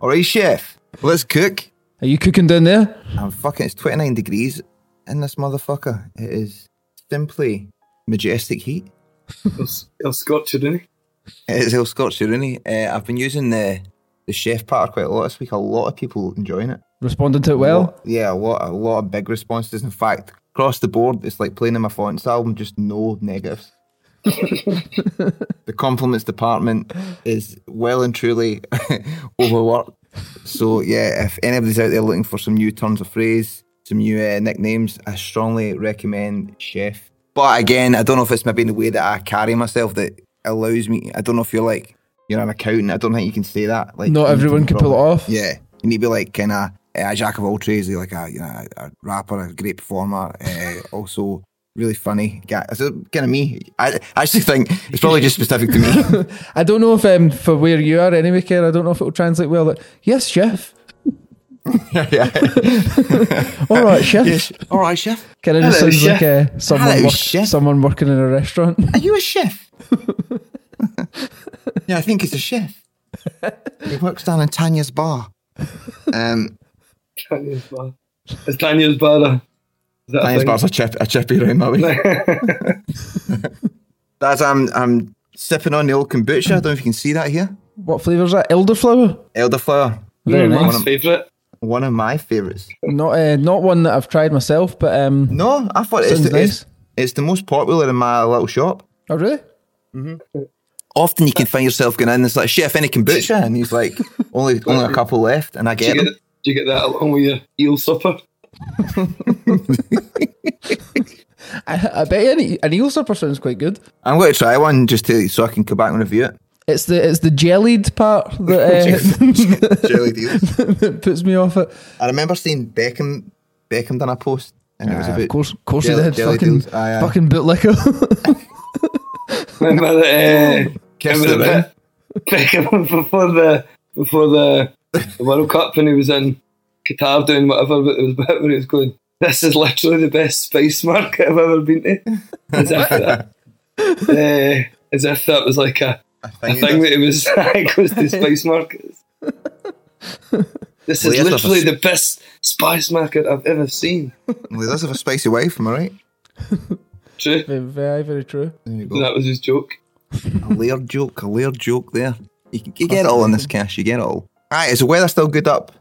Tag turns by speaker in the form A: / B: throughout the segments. A: All right, chef. Let's cook.
B: Are you cooking down there?
A: I'm fucking. It's 29 degrees in this motherfucker. It is simply majestic heat.
C: El Scotcheroni.
A: It is El Scotcheroni. Uh, I've been using the the chef part quite a lot this week. A lot of people enjoying it.
B: Responding to it well.
A: Lot, yeah, a lot, a lot of big responses. In fact, across the board, it's like playing in my fonts album. Just no negatives. the compliments department is well and truly overworked. So yeah, if anybody's out there looking for some new turns of phrase, some new uh, nicknames, I strongly recommend Chef but again, I don't know if it's maybe in the way that I carry myself that allows me. I don't know if you're like you're an accountant. I don't think you can say that. Like
B: not everyone can probably, pull it off.
A: Yeah, you need to be like kind of a jack of all trades, eh, like a you know a rapper, a great performer, uh, also really funny guy. So kind of me. I, I actually think it's probably just specific to me.
B: I don't know if um, for where you are anyway, Ken. I don't know if it will translate well. Like, yes, chef. all right, chef. Yes.
A: All right, chef.
B: Kind of just sounds chef. like uh, someone, Hello, work, someone working in a restaurant.
A: Are you a chef? yeah, I think he's a chef. he works down in Tanya's bar. Um,
C: Tanya's bar. Is Tanya's bar a,
A: is that Tanya's a bar's a chip, a chippy round that way. That's I'm I'm sipping on the old kombucha. I don't know if you can see that here.
B: What flavour is that? Elderflower.
A: Elderflower.
B: Very nice.
C: My favourite
A: one of my favorites.
B: Not uh, not one that I've tried myself, but um,
A: no, I thought it's the, nice. it's, it's, the most popular in my little shop.
B: Oh really?
A: Mm-hmm. Often you can find yourself going in and it's like, "Chef, any kombucha?" and he's like, "Only only a couple left," and I
C: get. Do you,
A: get,
C: do you get that along with your eel supper?
B: I, I, bet an, an eel supper sounds quite good.
A: I'm going to try one just to so I can come back and review it.
B: It's the it's the jellied part that, uh, jellied that puts me off it.
A: I remember seeing Beckham Beckham done a post, and ah, it was about
B: of course, of course, jelly, he did fucking deals. Aye, aye. fucking bootlicker.
C: remember the, uh,
A: Oh,
C: Kiss remember the bit, Beckham before the before the, the World Cup when he was in Qatar doing whatever, but there was a bit where he was going. This is literally the best spice market I've ever been to. As if that, uh, as if that was like a I think, I think that it was it goes to spice markets. this well, is literally the best spice market I've ever seen.
A: Well, that's of a spicy wife, am I right?
C: True.
B: Very, very true.
C: That was his joke.
A: a layered joke, a layered joke there. You, you get it all in this cash, you get it all. Alright, is the weather still good up?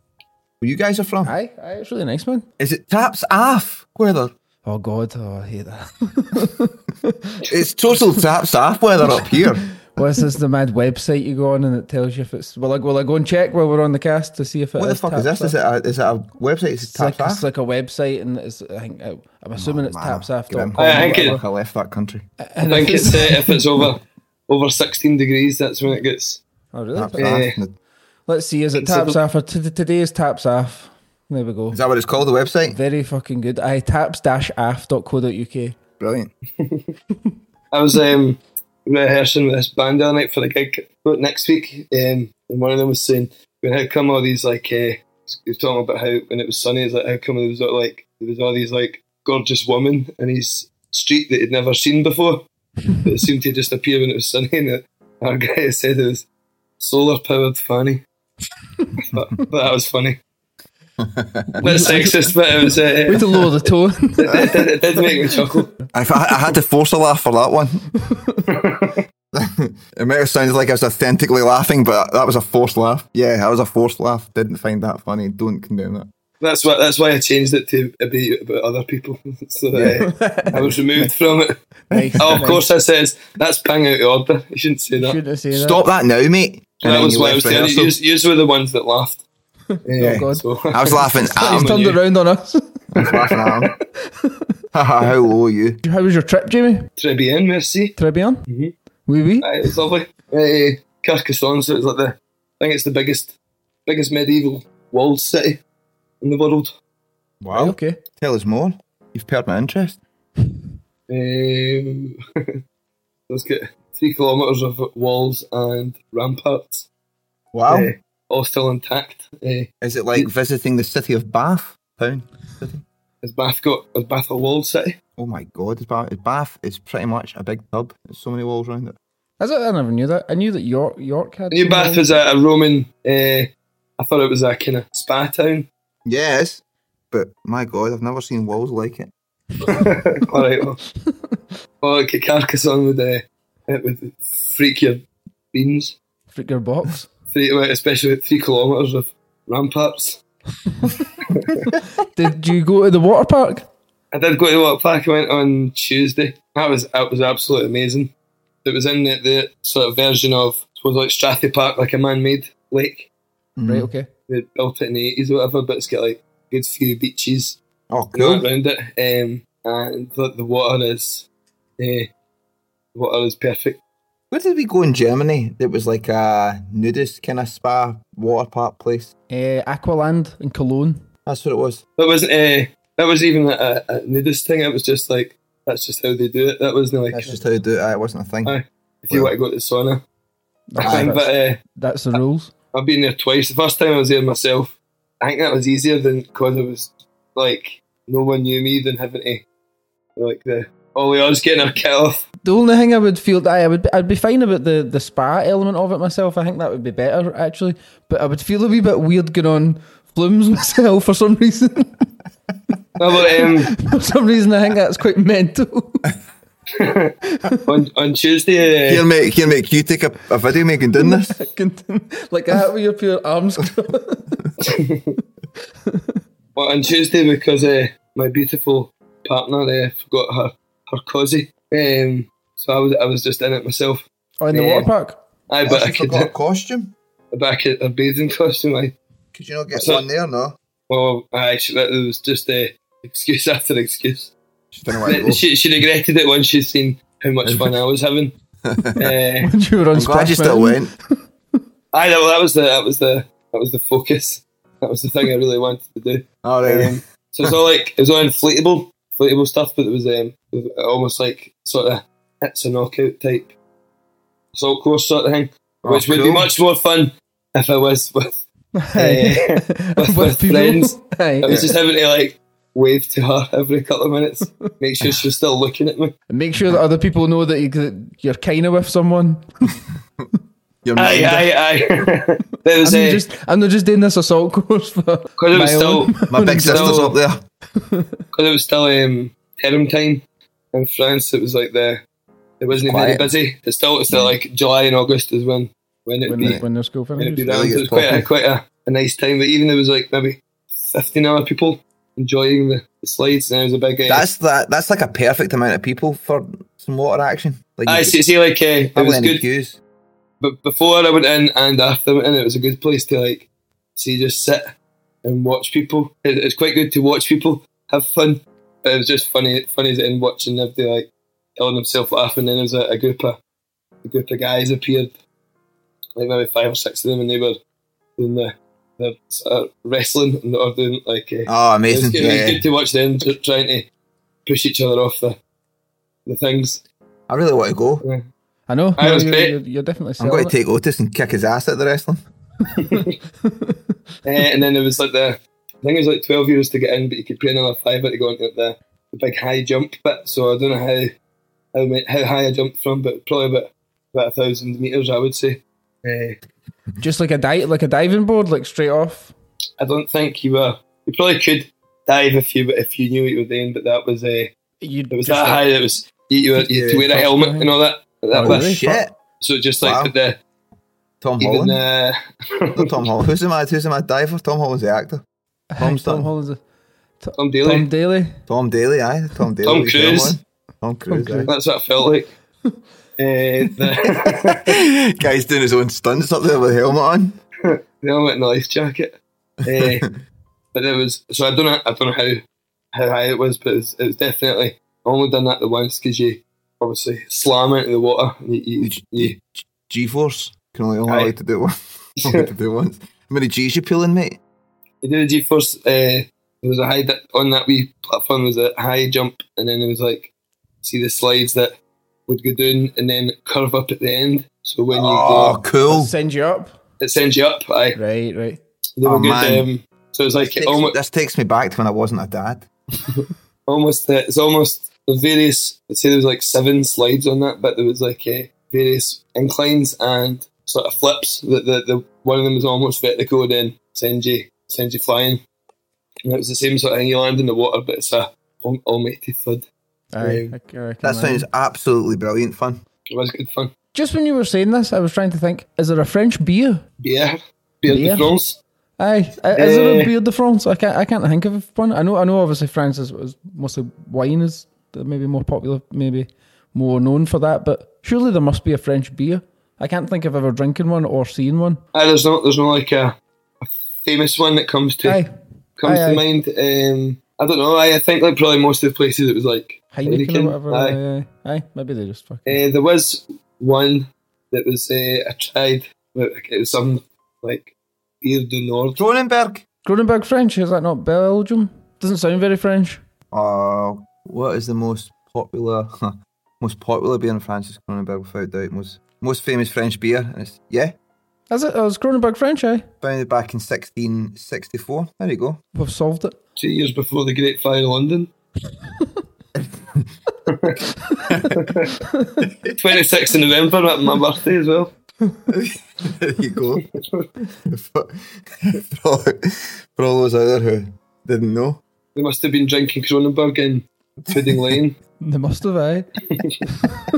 A: Where you guys are from?
B: Aye, aye, it's really nice, man.
A: Is it taps off weather?
B: Oh god, oh, I hate that.
A: it's total taps off weather up here.
B: What's well, this the mad website you go on and it tells you if it's? Will I, will I go and check while we're on the cast to see if it?
A: What the fuck is this? Is it, a, is it a website? Is it
B: it's, like, it's like a website, and it's. I think I, am assuming oh, it's tapsaft.com.
A: I think it, I left that country.
C: I think it's uh, if it's over over 16 degrees, that's when it gets.
B: Oh really? Uh, Let's see. Is it tapsaft or t- today is tapsaft? There we go.
A: Is that what it's called? The website?
B: Very fucking good. I taps-aft.co.uk.
A: Brilliant.
C: I was um rehearsing with this band the night for the gig about next week, um, and one of them was saying, "When how come all these like uh, he was talking about how when it was sunny, it's like how come there was all, like there was all these like gorgeous women in his street that he'd never seen before that seemed to just appear when it was sunny." And our guy said it was solar powered fanny. that, that was funny. That's sexist, but it was. Uh,
D: Way to lower the tone.
C: it, did, it did make me chuckle.
A: I, I had to force a laugh for that one. it may have sounded like I was authentically laughing, but that was a forced laugh. Yeah, that was a forced laugh. Didn't find that funny. Don't condemn it.
C: That's why. That's why I changed it to be about other people, so that I, I was removed from it.
B: Nice.
C: Oh, of course, I says that's bang out of order. You shouldn't say that.
D: Shouldn't have said
A: Stop that now, mate. And
C: that
A: then
C: was
A: you
C: why I
A: left
C: was
A: the
C: doing it.
A: rehearsal.
C: Yous, yous were the ones that laughed. Yeah,
B: Oh, God.
C: so-
A: I was laughing
D: that.
A: at
D: He's
A: him.
D: turned it round on us.
A: I was laughing at him. Haha, How low are you?
B: How was your trip, Jamie?
C: Tribune, merci.
B: Tribune?
C: Mhm.
B: Wee wee.
C: Aye, it's lovely. Uh, Carcassonne, so it's like the, I think it's the biggest, biggest medieval walled city in the world.
A: Wow.
B: Okay.
A: Tell us more. You've piqued my interest.
C: Um, let's get three kilometres of walls and ramparts,
A: Wow.
C: eh, all still intact. Uh,
A: Is it like visiting the city of Bath? Town? City?
C: has Bath got? Has Bath a walled city?
A: Oh my god, is Bath, Bath is pretty much a big pub. There's so many walls around it.
B: Is it? I never knew that. I knew that York York had.
C: I knew Bath was a, a Roman. Uh, I thought it was a kind of spa town.
A: Yes. But my god, I've never seen walls like it.
C: All right, well, oh, well okay, Carcassonne would uh, it would freak your beans.
B: Freak your box.
C: Three, well, especially with three kilometres of ramparts.
B: Did you go to the water park?
C: I did go to Walk Park. I went on Tuesday. That was that was absolutely amazing. It was in the, the sort of version of I suppose like Strathy Park, like a man-made lake.
A: Mm.
B: Right. Okay.
C: They built it in the eighties or whatever, but it's got like good few beaches
A: Oh,
C: not
A: cool.
C: around it, um, and the, the water is, eh, the water is perfect.
A: Where did we go in Germany? That was like a nudist kind of spa water park place.
B: Uh, Aqualand in Cologne.
A: That's what it was.
C: That wasn't eh, that was even a, a nudist thing. It was just like that's just how they do it. That wasn't like
A: That's just how you do it. Aye, It wasn't a thing.
C: Aye. if you want to go to the sauna.
A: Ah,
B: That's,
C: thing, but
B: that's,
C: eh,
B: that's the rules.
C: I've been there twice. The first time I was there myself, I think that was easier than because it was like no one knew me than having to like the oh we are just getting our kit off.
B: The only thing I would feel that I would I'd be fine about the, the spa element of it myself. I think that would be better actually. But I would feel a wee bit weird going on flumes myself for some reason.
C: No, but um,
B: for some reason I think that's quite mental.
C: on on Tuesday. eh,
A: Here, mate, here, mate, can you take a, a video making doing this?
B: like that with your pure arms. crossed.
C: Well, on Tuesday, because uh, my beautiful partner uh, forgot her her cozy, um, so I was I was just in it myself.
B: oh, in the
C: Yeah.
B: water park.
C: Aye, but I could,
A: forgot a costume.
C: but I could a bathing costume. Oh, I
A: Could you not get
C: So-
A: one there, no?
C: well, I actually it was just uh, excuse after excuse.
A: She didn't want to go.
C: She, she regretted it once she'd seen how much fun I was having. uh,
B: When you were on
A: I'm glad
B: Splash
A: you still
B: Mountain.
A: went.
C: I know that was the that was the that was the focus. That was the thing I really wanted to do.
A: All Oh, right, then.
C: Um, so it's all like it was all inflatable, inflatable stuff, but it was um, almost like sort of it's a knockout type salt course sort of thing,
A: Oh,
C: which would be
A: cool.
C: much more fun if I was with. eh,
B: with,
C: with
B: people.
C: friends.
B: Aye.
C: I was just having to like wave to her every couple of minutes, make sure she was still looking at me.
B: Make sure that other people know that, you, that you're kind of with someone.
A: Your
C: Aye,
A: mind-
C: aye, aye. there was uh,
B: I'm not
C: a
B: just I'm not just doing this assault course for
C: because
B: my
C: it was still
B: own.
A: My big sister's
C: No.
A: up there.
C: because it was still um, term time in France. It was like the it wasn't very
A: Quiet.
C: busy. It's still it's still like July and August is when when it would
B: when,
C: be
B: the, when their school
C: It'd be
B: finishes.
C: round.
A: really
C: It
A: good
C: was quite a,
A: talking.
C: quite a, a nice time. But even there was like maybe fifteen other people enjoying the, the slides, and it was a big. Uh,
A: That's that. That's like a perfect amount of people for some water action. Like
C: I
A: you-
C: see. See, like uh, it
A: hardly
C: was
A: any
C: good.
A: queues.
C: But before I went in and after I went in, it was a good place to like see just sit and watch people. It, it's quite good to watch people have fun. But it was just funny, funny in watching everybody like telling themselves laughing. Then there was a, a group of a group of guys appeared, like maybe five or six of them, and they were doing the. They're sort of wrestling and or doing like uh,
A: Oh,
C: It was
A: amazing!
C: good, it was
A: Yeah, yeah.
C: good to watch them tr- trying to push each other off the the things.
A: I really want to go.
C: Yeah.
B: I know.
C: Aye, it was
B: you're,
C: great.
B: you're- you're definitely
A: I'm
B: selling
A: going to
B: it.
A: take Otis and kick his ass at the wrestling.
C: Eh, and then there was like the, I think it was like 12 euros to get in, but you could pay another fiver to go into the, the big high jump bit. So I don't know how how, ma- how high I jumped from, but probably about, about a thousand metres, I would say. Eh,
B: Just like a dive, like a diving board, like straight off.
C: I don't think you were, you probably could dive if you if you knew what you were doing, but that was a,
B: You
C: it was
B: just
C: that
B: like-
C: high that was, you, you, had- you had to wear a
A: Yeah.
C: helmet and all that. that
B: Oh,
C: bit.
B: really?
A: Shit.
C: So just like
A: Wow.
C: put the,
A: Tom
C: even,
A: Holland.
C: uh,
A: Not Tom Holland. Who's the mad? Who's the mad diver? Tom Holland's the actor. Tom,
B: Tom
A: Tom,
B: Holland's a,
C: Tom Daly.
B: Tom Daly.
A: Tom Daly, aye. Tom Daly.
C: Tom
A: was the other
C: Cruise.
A: one. Tom Cruise.
B: Cruise.
C: That's what I felt like. Eh, the,
A: aye. Guy's doing his own stunts up there with a helmet on.
C: the helmet and the life jacket. Eh, but it was so I don't know I don't know how how high it was, but it was, it was definitely I only done that the once because you obviously slam it in the water. And you, you, you,
A: G Force. Can only only
C: Aye.
A: allowed to do it once. Only to do it once. How many G's you peeling, mate?
C: you do the G force. Uh, there was a high di- on that wee platform. There was a high jump, and then there was like see the slides that would go down and then curve up at the end. So when you
A: Oh, cool.
B: Send you up.
C: go, it sends you up. Aye,
B: Right, right.
C: they were
A: Oh,
C: good.
A: man.
C: Um, so it was like
A: This takes,
C: almost
A: this takes me back to when I wasn't a dad.
C: almost uh, it's almost the various I'd say there was like seven slides on that, but there was like uh, various inclines and sort of flips. The, the, the one of them was almost vertical, then send you send you flying. And it was the same sort of thing. You land in the water, but it's a al- almighty thud.
B: Aye,
C: Yeah.
B: I c- I reckon
A: That
B: that.
A: sounds absolutely brilliant fun.
C: It was good fun.
B: Just when you were saying this, I was trying to think: Is there a French beer?
C: Beer, beer,
B: Beer?
C: de France.
B: Aye, I- is there a
C: Eh.
B: beer de France? I can't, I can't think of one. I know, I know. Obviously, France is, is mostly wine is the- maybe more popular, maybe more known for that. But surely there must be a French beer. I can't think of ever drinking one or seeing one.
C: Ah, there's no there's no like a, a famous one that comes to
B: Aye,
C: comes
B: aye,
C: to
B: aye.
C: mind. Um, I don't know. I, I think like probably most of the places it was like
B: Heineken or
C: Heineken.
B: whatever.
C: Aye.
B: Aye, aye, aye. Maybe they just fucking.
C: Uh, there was one that was uh, I tried. but It was some like beer du Nord.
A: Cronenberg.
B: Gronenberg French is that not Belgium? Doesn't sound very French.
A: Oh, what is the most popular, most popular beer in France? Is Cronenberg without doubt. Most most famous French beer. And it's, yeah,
B: Is it? Oh, it's Gronenberg French. Aye,
A: founded back in 1664. There you go.
B: we've solved it.
C: Two years before the Great Fire in London. Twenty sixth of November, that my birthday as well.
A: There you go. for, for, all, for all those out there who didn't know.
C: They must have been drinking Cronenberg in Pudding Lane.
B: They must have. Aye.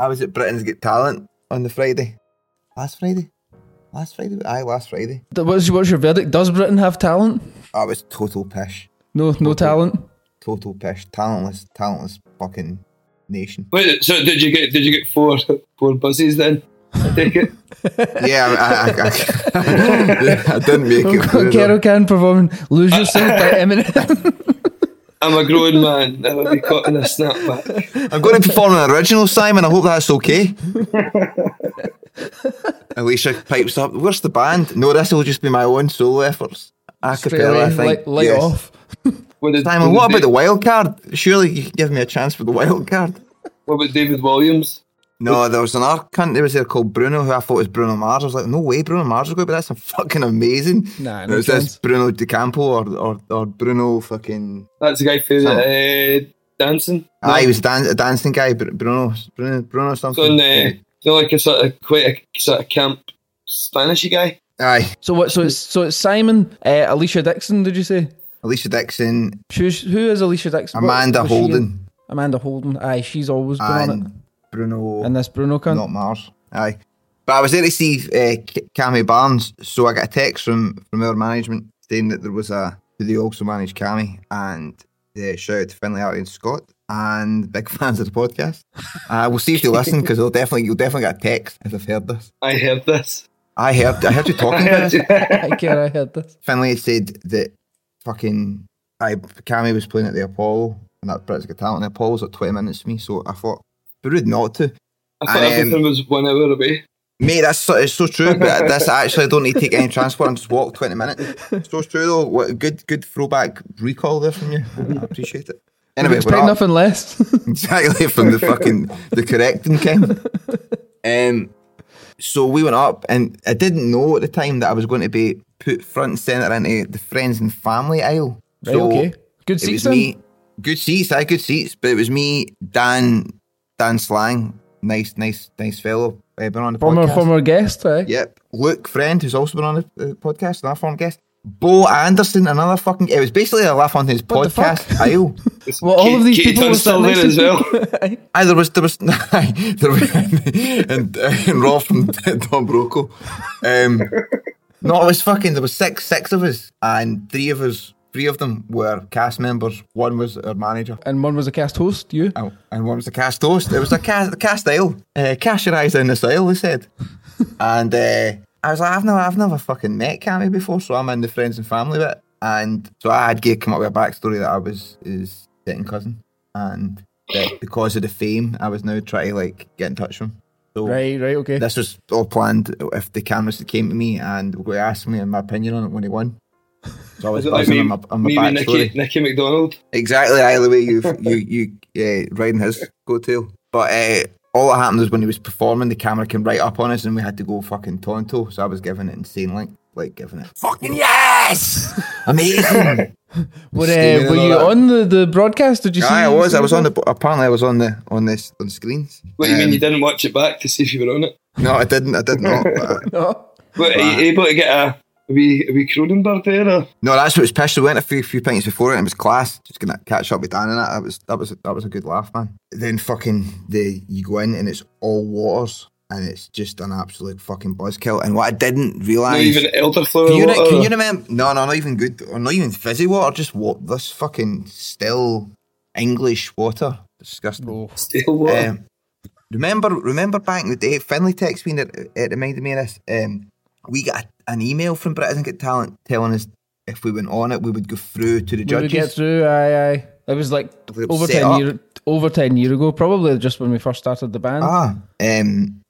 A: I was at Britain's Got Talent on the Friday. Last Friday. Last Friday. Aye, last Friday.
B: Th- What's, what's your verdict? Does Britain have talent?
A: I was total pish.
B: No, no talent.
A: Total pish. Talentless. Talentless fucking nation.
C: Wait, so did you get did you get four four buses then? I take it.
A: Yeah, I, I, I, I didn't make it. through
B: Carol
A: them.
B: Can performing "Lose Yourself" by Eminem.
C: I'm a grown man. I'll be caught in a snapback.
A: I'm going to perform an original, Simon. I hope that's okay. Alicia pipes up. Where's the band? No, this will just be my own solo efforts. A cappella, I
B: Straight
A: think.
B: away, light, light
A: Yes.
B: off.
C: What did,
A: Simon,
C: did
A: what
C: they-
A: about the wild card? Surely you can give me a chance for the wild card.
C: What about David Williams?
A: No, there was another cunt that was there called Bruno who I thought was Bruno Mars. I was like, no way, Bruno Mars is good, but that's a fucking amazing.
B: Nah,
A: And
B: no
A: it was
B: chance.
A: this Bruno De Campo or, or, or Bruno fucking.
C: That's the guy for the, uh, dancing.
A: Ah, he was dan- a dancing guy, Br- Bruno, Bruno, Bruno
C: It's on
A: something.
C: the, it's on uh, like a sort of quite a sort of camp Spanishy guy.
A: Aye,
B: So what? So it's so it's Simon, uh, Alicia Dixon. Did you say?
A: Alicia Dixon,
B: Who's who is Alicia Dixon? What
A: Amanda
B: was she in?
A: Holden,
B: Amanda Holden. Aye, she's always been on it.
A: and Bruno.
B: And this Bruno cunt.
A: Not Mars. Aye. But I was there to see uh, K- Cammy Barnes, so I got a text from from our management saying that there was a. They also manage Cammy, and eh, they shouted Finlay, Harry, and Scott, and big fans of the podcast. Uh, we'll see if they listen because they'll definitely you'll definitely get a text if they've heard this.
C: I heard this.
A: I heard I heard you
C: I
A: talking about it.
C: heard you. I
B: I care. I heard this.
A: Finlay had said that fucking I Cammy was playing at the Apollo, and that Brits Got Talent. And the Apollo was like twenty minutes to me, so I thought be rude not to.
C: thought
A: And, um,
C: everything was one hour away.
A: Mate, that's so, it's so true. But that's actually I don't need to take any transport and just walk twenty minutes. So it's true though. What, good, good throwback recall there from you. I appreciate it. Anyway, we're
B: Expect
A: up.
B: nothing less.
A: exactly from the fucking the correcting kind. Um, so we went up, and I didn't know at the time that I was going to be put front and center into the friends and family aisle.
B: right,
A: so
B: okay.
A: it was
B: Good season.
A: me. Good seats, I good seats, but it was me, Dan, Dan Slang, nice, nice, nice fellow. Uh, been on the
B: Former
A: podcast.
B: former guest. Aye.
A: Yep. Luke Friend, who's also been on the uh, podcast, another former guest. Bo Anderson, another fucking. It was basically a laugh on his
B: What the
A: podcast oh. aisle.
B: Well, all of these
C: Kate
B: people were sitting
C: Dunstall
B: next
C: there as
B: to
C: well.
B: you. Aye.
A: Aye, there was there was there was and, uh, and Rob from Don Broco. Um, no, it was fucking. There was six six of us, and three of us, three of them were cast members. One was our manager.
B: And one was a cast host. You.
A: Oh, and one was the cast host. It was a cast, the cast ale. Uh, cash your eyes down this aisle, they said. and uh, I was like, I've never, I've never fucking met Cammy before, so I'm in the friends and family bit. And so I had g- come up with a backstory that I was his second cousin, and that because of the fame, I was now trying to like get in touch with him. So
B: Right. Right. Okay.
A: this was all planned. If the cameras that came to me and were asked me my opinion on it when he won. So I was
C: Is it like
A: buzzing
C: me,
A: on my, on my
C: me and Nicky,
A: backstory.
C: Nicky McDonald?
A: Exactly, I the way you you you uh, riding his coattail. But uh, all that happened was when he was performing, the camera came right up on us, and we had to go fucking Tonto. So I was giving it insane, like like giving it fucking yes, amazing.
B: Were,
A: Steaming
B: uh, were
A: and all
B: you
A: that.
B: on the, the broadcast? Did you see?
A: Aye, I was. I
B: see
A: was
B: that?
A: on the. Apparently, I was on the on this on screens.
C: What do you mean
A: Um,
C: you didn't watch it back to see if you were on it?
A: No, I didn't. I did not. But I-
B: No.
C: What, are you able to get a, a wee a wee Cronenberg there? Or?
A: no, that's what was pissed. I went a few few pints before it, and it was class. Just gonna catch up with Dan and that. That was that was that was a good laugh, man. Then fucking the you go in and it's all waters. And it's just an absolute fucking buzzkill. And what I didn't
C: Not
A: realise,
C: even elderflower
A: Can you,
C: water.
A: can you remember? No, no, not even good, or not even fizzy water. Just what this fucking still English water. Disgusting.
C: Stale water.
A: Um, remember, remember back in the day, Finley texted me and it, it uh, reminded me of this. Um, we got a, an email from Britain Get Talent telling us if we went on it, we would go through to the
B: Did we get
A: judges.
B: through? Aye, aye. It was like
A: We'll
B: over
A: set
B: ten
A: up.
B: year, over ten year ago, probably just when we first started the band.
A: Ah, um,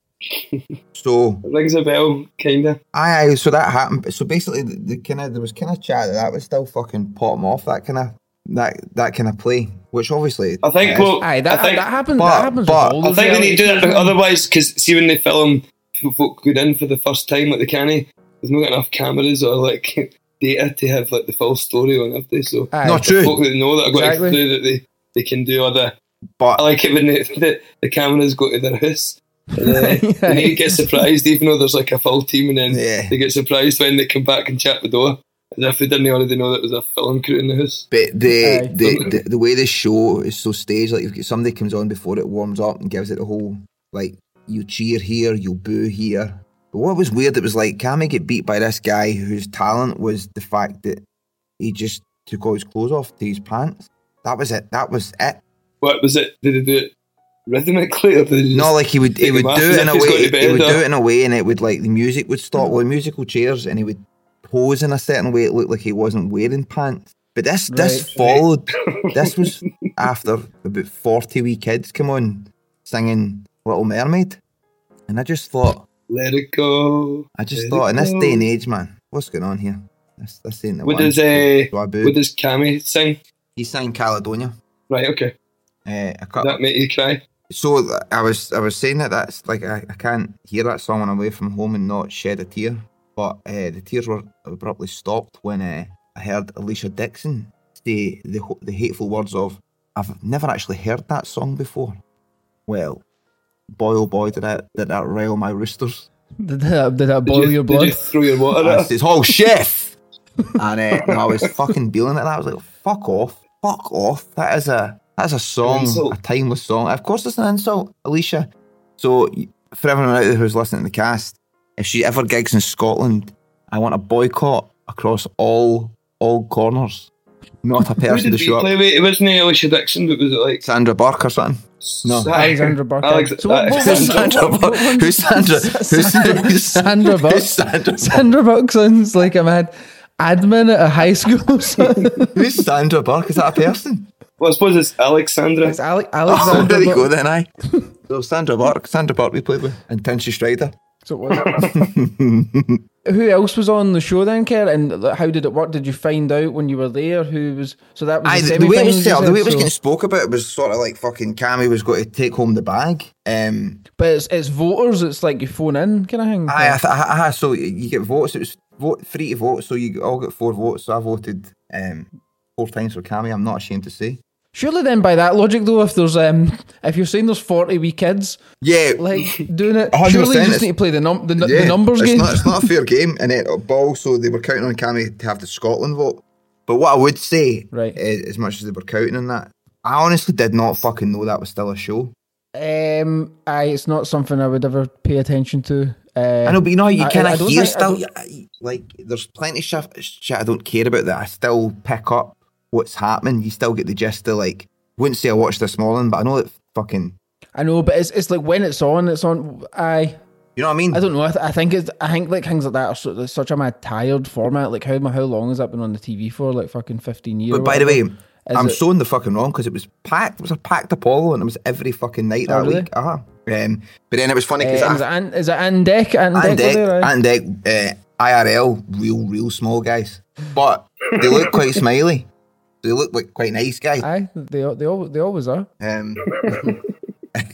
A: so
C: Rings a bell, kinda.
A: Aye, aye, so that happened. So basically, the, the kind of there was kind of chat that that was still fucking potting off that kind of that that kind of play, which obviously
C: I think. Well,
B: aye, that
C: I think,
B: that happens.
A: but-
B: that happens
A: but-
B: with all
C: I
B: of
C: think they
B: reality
C: need to do that
B: shows.
C: otherwise, because see when they film people folk going in for the first time at the canny, there's not enough cameras or like data to have like the full story on have they? So
B: Aye.
A: not
C: the
A: true.
C: folk that know that are going
B: Exactly.
C: through that they, they can do other.
A: but
C: I like it when they, the, the cameras go to their house. And, uh, and they get surprised, even though there's like a full team, and then
A: Yeah.
C: they get surprised when they come back and chat the door. As if they didn't already know that was a film crew in the house.
A: But the,
B: Aye.
A: the, the the way the show is so staged, like if somebody comes on before it warms up and gives it a whole like you cheer here, you boo here. But what was weird, it was like Cammy get beat by this guy whose talent was the fact that he just took all his clothes off to his pants. That was it. That was it.
C: What was it? Did they do it rhythmically? Or did they just
A: No, like he would
C: take
A: he would
C: them off
A: do
C: as
A: it in a
C: if he's going
A: way.
C: to
A: He would
C: bed,
A: do
C: or-
A: it in a way, and it would like the music would stop
C: Hmm.
A: with musical chairs, and he would pose in a certain way. It looked like he wasn't wearing pants. But this this
B: Right.
A: followed. this was after about forty wee kids come on singing Little Mermaid, and I just thought,
C: Let it go.
A: I just
C: Let
A: thought,
C: it
A: in this
C: go.
A: day and age, man, what's going on here? This this ain't the
C: What
A: one.
C: does Oh. uh,
A: So I booed.
C: what does Cammy sing?
A: he sang Caledonia.
C: Right, okay.
A: Uh, I
C: Does
A: cut.
C: that make you cry?
A: So th- I was I was saying that that's like I, I can't hear that song when I'm away from home and not shed a tear. But uh, the tears were abruptly stopped when uh, I heard Alicia Dixon say the ho- the hateful words of "I've never actually heard that song before." Well, boy oh boy, did that did that rile my roosters?
B: Did that, did that
C: Did
B: boil
C: you-
B: your
C: did
B: blood?
C: you throw your water
A: I
C: at it?
A: says, "Oh chef," and uh, no, I was fucking dealing it. And I was like, "Fuck off, fuck off." That is a that's a song,
C: insult.
A: a timeless song. Of course, it's an insult, Alicia. So y- for everyone out there who's listening to the cast, if she ever gigs in Scotland, I want a boycott across all all corners. Not a
C: Who
A: person to
C: did
A: show
C: you
A: up.
C: play with? It wasn't Alicia Dixon, but was it like
A: Sandra Burke or something. No.
B: Alexandra Burke.
C: Alex- uh,
B: So what- what was-
A: Sandra
B: what-
A: Burke.
B: what- what-
A: Who's Sandra? Who's who's-
B: Sandra Burke.
A: Who's Sandra Burke?
B: Sandra Bullock sounds like I'm had admin at a high school. or something.
A: Who's Sandra Burke? Is that a person?
C: Well, I suppose it's Alexandra.
B: it's Ale-
A: Oh,
B: Alexandra.
A: there you
B: Bullock.
A: go then, aye. so Sandra Burke, Sandra Burke we played with, and Tinsy Strider.
B: So what- who else was on the show then, Kerr? And like, how did it work? Did you find out when you were there who was? So that was
A: Aye, the,
B: the,
A: the way it
B: semifinals,
A: was
B: you
A: set up, the
B: said,
A: way it was
B: so-
A: getting spoke about was sort of like fucking Cammy was going to take home the bag. Um,
B: But it's, it's voters. It's like you phone in kind of thing.
A: aye, I th- aye, aye, so you- you get votes. It was vote free to vote, so you all got four votes. So I voted um, four times for Cammy. I'm not ashamed to say.
B: Surely then, by that logic though, if there's um, if you're saying there's forty wee kids
A: Yeah,
B: like doing it,
A: 100%
B: surely you
A: it's-
B: just need to play the num the, nu-
A: yeah,
B: the numbers
A: it's
B: game.
A: Not, it's not a fair game, and it, but also they were counting on Cammy to have the Scotland vote. But what I would say,
B: Right.
A: is, as much as they were counting on that, I honestly did not fucking know that was still a show.
B: Um, I it's not something I would ever pay attention to. Uh,
A: I know, but you know, you
B: I-
A: kind
B: I
A: of
B: don't
A: hear
B: think- I
A: still.
B: don't-
A: I- Like, there's plenty of shit, shit I don't care about that I still pick up what's happening. You still get the gist of like. Wouldn't say I watched this morning, but I know that fucking.
B: I know, but it's it's like when it's on, it's on. I
A: You know what I mean?
B: I don't know. I, th- I think it's I think like things like that are so, it's such a mad tired format. Like how how long has that been on the TV for? Like fucking fifteen years. or
A: But by the way,
B: whatever. Is
A: I'm
B: it-
A: so in the fucking wrong because it was packed. It was a packed Apollo, and it was every fucking night
B: Oh,
A: that
B: really?
A: week. Uh-huh. Um, but then it was funny
B: Uh,
A: because
B: is, it An- is it Ann Deck? Ann Deck.
A: and
B: were
A: Deck,
B: there, aye?
A: and Deck, uh, IRL, real, real small guys, but they look quite smiley. They look like quite nice guys.
B: Aye, they al- they all they always are.
A: Um,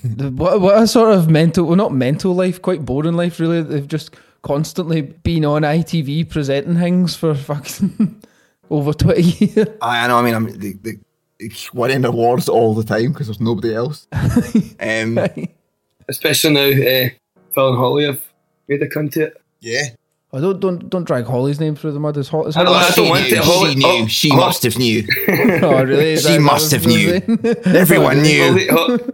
B: The- What what a sort of mental, well, not mental life, quite boring life really. They've just constantly been on ITV presenting things for fucking over twenty years.
A: I, I know. I mean, I'm they, they, they winning awards all the time because there's nobody else. um,
C: Especially now, uh, Phil and Holly have made a cunt of it.
A: yeah.
B: Oh, don't don't don't drag Holly's name through the mud. It's hot. It's
C: I
B: hot.
C: don't- I don't want
A: she
C: it.
A: knew.
C: Holly-
A: She knew.
C: oh,
A: She
C: oh.
A: must have knew.
B: Oh, really? Is
A: She
B: that-
A: must
B: that
A: have
B: was
A: knew.
B: the thing?
A: Everyone
C: Holly,
A: knew.
C: Ho-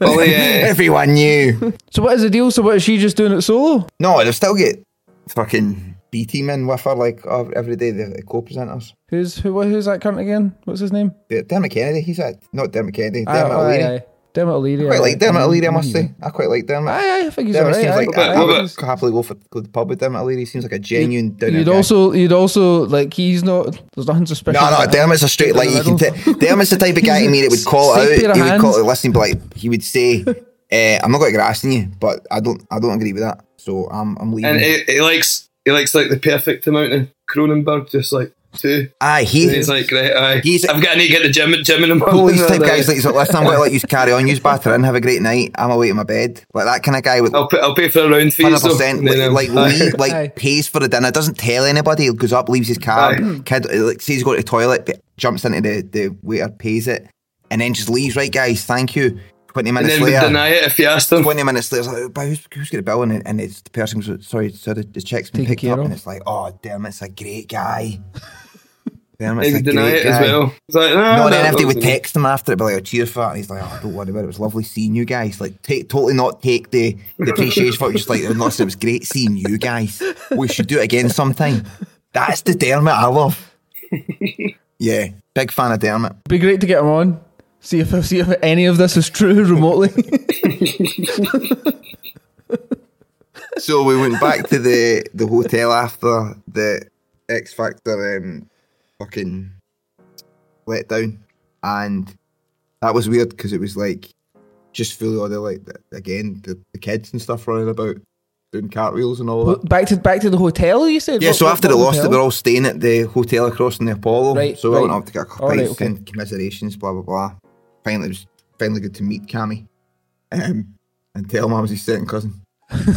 C: Holly, uh,
A: Everyone knew.
B: so what is the deal? So what is she just doing it solo?
A: No, they'll still get fucking B team in with her like ev- every day. The co-presenters.
B: Who's who? Who's that cunt again? What's his name?
A: Der- Dermot Kennedy. He's at not Dermot Kennedy.
B: Ah,
A: Dermot
B: aye,
A: O'Leary.
B: aye. Dermot
A: I
B: O'Leary.
A: quite
B: aye.
A: like Dermot O'Leary. I must
B: Aye,
A: say, I quite like Dermot.
B: aye. I think he's
A: Dermot
B: alright.
A: seems
B: aye,
A: like
B: aye,
A: I, I
C: Well,
B: I
C: but-
A: would
B: think
A: happily go for go to the pub with Dermot O'Leary. He seems like a genuine. down
B: he's-
A: and
B: You'd
A: out guy.
B: also, you'd also like he's not. There's nothing suspicious.
A: No, no,
B: about
A: Dermot's a straight like you can. T- Dermot's the type of guy to me that would call it
B: Safe pair
A: out.
B: of
A: He would call
B: hands.
A: it listening, but like he would say, eh, "I'm not going to grass in you," but I don't, I don't agree with that. So I'm, I'm leaving.
C: and eh, he, he likes he likes like the perfect amount of Cronenberg, just like two.
A: Aye, he,
C: And he's like, right, aye.
A: he's-
C: I've got to need to get the gym, gym in the morning.
A: police type
C: Like,
A: guys like, he's like, "Listen, I'm going to let you carry on, you batter in, have a great night. I'm away to my bed." Like that kind of guy with
C: I'll pay, I'll pay for a round fee.
A: hundred
C: Oh, so-
A: percent
C: and then, um,
A: like
C: aye.
A: leave, like
B: Aye.
A: pays for the dinner, doesn't tell anybody. He goes up, leaves his card. Kid like says he's going to the toilet, but jumps into the the waiter, pays it, and then just leaves. Right, guys, thank you. Twenty
C: and
A: minutes
C: then would
A: later.
C: deny it if you asked them.
A: 20 minutes later, it's like, but who's, who's got the bill? And, and it's the person who's sorry, so the, the check's been
B: Taken
A: picked up,
B: care of.
A: and it's like, oh, Dermot's a great guy. Dermot's
C: They
A: a
C: would deny
A: great
C: it
A: guy.
C: as well. Ah, It's like, no,
A: No,
C: no,
A: and then if they
C: no,
A: would
C: no.
A: text him after it, be like, oh, cheers for that. And he's like, oh, don't worry about it. It was lovely seeing you guys. Like, take, totally not take the, the appreciation for it. Just like, unless it was great seeing you guys. We should do it again sometime. That's the Dermot I love. Yeah, big fan of Dermot.
B: It'd be great to get him on. See if see if any of this is true remotely.
A: So we went back to the the hotel after the X Factor um, fucking letdown, and that was weird because it was like just fully all the like the- again the, the kids and stuff running about doing cartwheels and all that.
B: back to back to the hotel. You said.
A: Yeah,
B: What-
A: so
B: what-
A: after they
B: what
A: lost it,
B: hotel?
A: we were all staying at the hotel across from the Apollo.
B: Right,
A: so we went
B: right.
A: up to get a couple
B: All right,
A: pints
B: okay.
A: and commiserations, blah blah blah. Finally, it was finally good to meet Cammy. um, and tell mum he's second cousin. uh,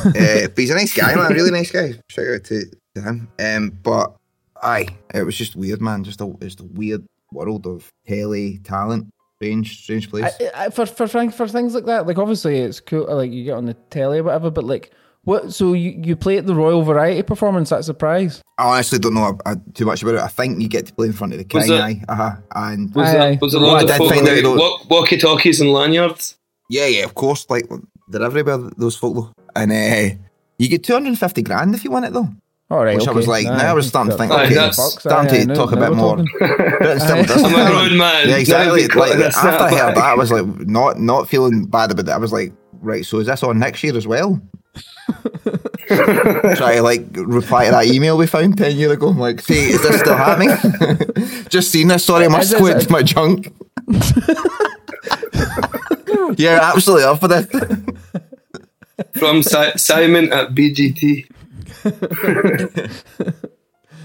A: but he's a nice guy, man. Really nice guy. Shout out to, to him. Um, but aye, it was just weird, man. Just a just a weird world of telly talent. Strange, strange place.
B: I, I, for for Frank for things like that, like obviously it's cool, like you get on the telly or whatever. But like, what? So you you play at the Royal Variety Performance? That's a prize.
A: I honestly don't know uh, too much about it. I think you get to play in front of the
C: Was
A: king,
C: it-
A: aye, uh-huh, and
B: Was it- Aye, aye.
C: Was there
A: Well, I
C: loads of
A: did
C: folk
A: find out
C: with
A: though-
C: wa- walkie-talkies and lanyards?
A: yeah, yeah, of course, like they're everywhere. Those folk, though. and uh, you get two hundred and fifty grand if you win it, though.
B: All right,
A: Which I
B: okay.
A: was like,
B: Aye.
A: now I was starting to think,
C: Aye,
A: okay,
C: that's-
A: starting
B: Aye,
A: to
B: aye,
A: talk
B: now-
A: a bit
B: now we're
A: more.
B: talking.
A: But it still
B: Aye.
A: doesn't.
C: I'm a grown man.
A: Yeah, exactly.
C: Don't be cutting
A: Like,
C: us
A: after I
C: out
A: heard
C: back.
A: that, I was like, not not feeling bad about that. I was like, right, so is this on next year as well? Try to like reply to that email we found ten years ago. I'm like, see, is this still happening? Just seen this. Sorry, my
B: Is this-
A: squid, my junk. yeah, absolutely up for this.
C: From si- Simon at BGT.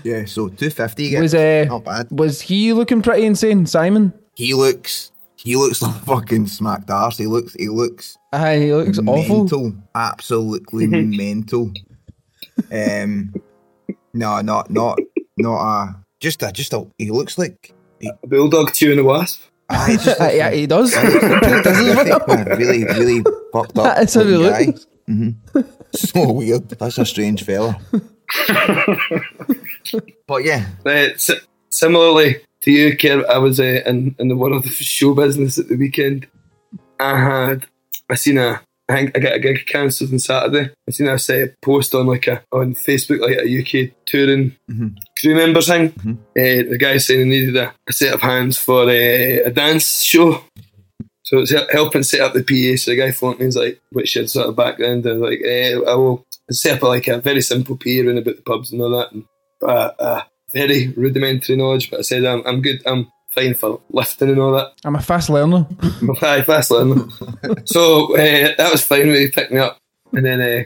A: Yeah, so two fifty. Yeah, Oh.
B: Was, uh,
A: not bad.
B: Was he looking pretty insane, Simon?
A: He looks, he looks like fucking smacked arse. He looks, he looks
B: Aye, he looks awful.
A: mental, absolutely mental. Um, no, not not not a just a just a. He looks like
C: A bulldog chewing a wasp.
A: I just
B: Aye, yeah, he does.
A: really really fucked up.
B: That is how he
A: looking guy.
B: looks.
A: Mhm. So weird. That's a strange fella. but yeah,
C: Uh, si- similarly to you, Kev, I was uh, in, in the world of show business at the weekend. I had, I seen a, I think I got a gig cancelled on Saturday. I seen a set a post on like a, on Facebook, like a UK touring crew member thing. Uh, the guy saying he needed a, a set of hands for uh, a dance show. So it's hel- helping set up the PA. So the guy phoned me, he's like, which had sort of background. I was like, eh, I will set up like a very simple PA around about the pubs and all that. And, uh, uh, very rudimentary knowledge, but I said I'm, I'm good. I'm fine for lifting and all that.
B: I'm a fast learner.
C: I'm fine, fast learner. so uh, that was fine. when He picked me up, and then uh,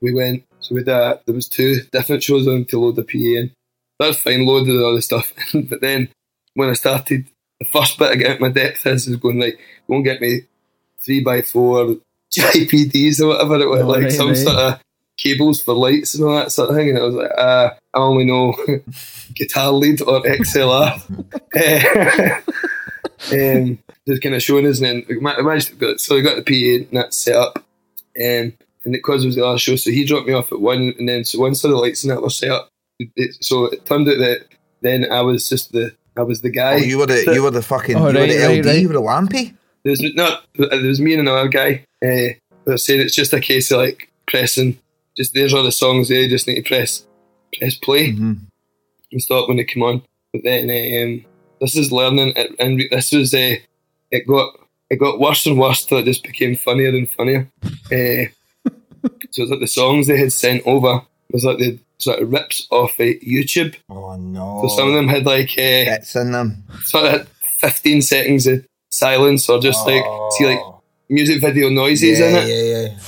C: we went. So we did, uh, there was two different shows on to load the PA in. That's fine. Loaded all the stuff, but then when I started, the first bit I get out my depth is is going like, "Don't get me three by four JPDs or whatever it was,
B: Oh,
C: like
B: right,
C: some
B: right.
C: sort of cables for lights and all that sort of thing." And I was like, uh, "I only know guitar lead or XLR." Eh, um, just kind of showing us, and then we ma- we managed to got, so we got the PA and that set up. Um, and because it was the last show, so he dropped me off at one, and then so once the lights and that were set up, it, it, so it turned out that then I was just the I was the guy.
A: oh, you were the you were the fucking
B: Oh,
A: you were
B: right,
A: the
B: right,
A: LD,
B: right.
A: you were the lampy.
C: There's no, there's me and another guy. Uh, they're saying it's just a case of like pressing. Just there's all the songs there. You just need to press, press play
A: Mm-hmm.
C: and stop when they come on. But then um, this is learning, it, and re- this was uh, it got it got worse and worse till it just became funnier and funnier. Uh, so it was like the songs they had sent over was like the sort of rips off uh, YouTube.
A: Oh no!
C: So some of them had like uh,
A: bits in them.
C: sort of 15 seconds of silence or just like see like music video noises in
A: Oh. Yeah,
C: it
A: yeah, yeah.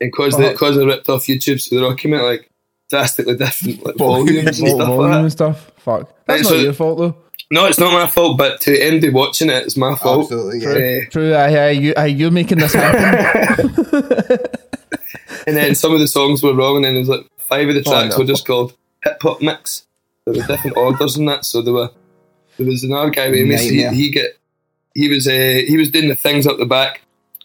C: and cause they cause they ripped off YouTube so they're document like drastically different like
A: Volume.
C: volumes and
B: Vol-
C: stuff
B: volume
C: like
B: and
C: that.
B: stuff. Fuck. That's
C: Right,
B: not
C: so-
B: your fault though.
C: No, it's not my fault, but to anybody watching it, it's my fault.
A: Absolutely, yeah.
C: Uh,
B: True. Aye, aye, you, aye, you're making this happen.
C: and then some of the songs were wrong, and then there's like five of the tracks
A: no.
C: were just called hip hop mix. There were different orders and that, so there were there was another guy with me. so he,
A: Nightmare.
C: he get he was uh, he was doing the things up the back,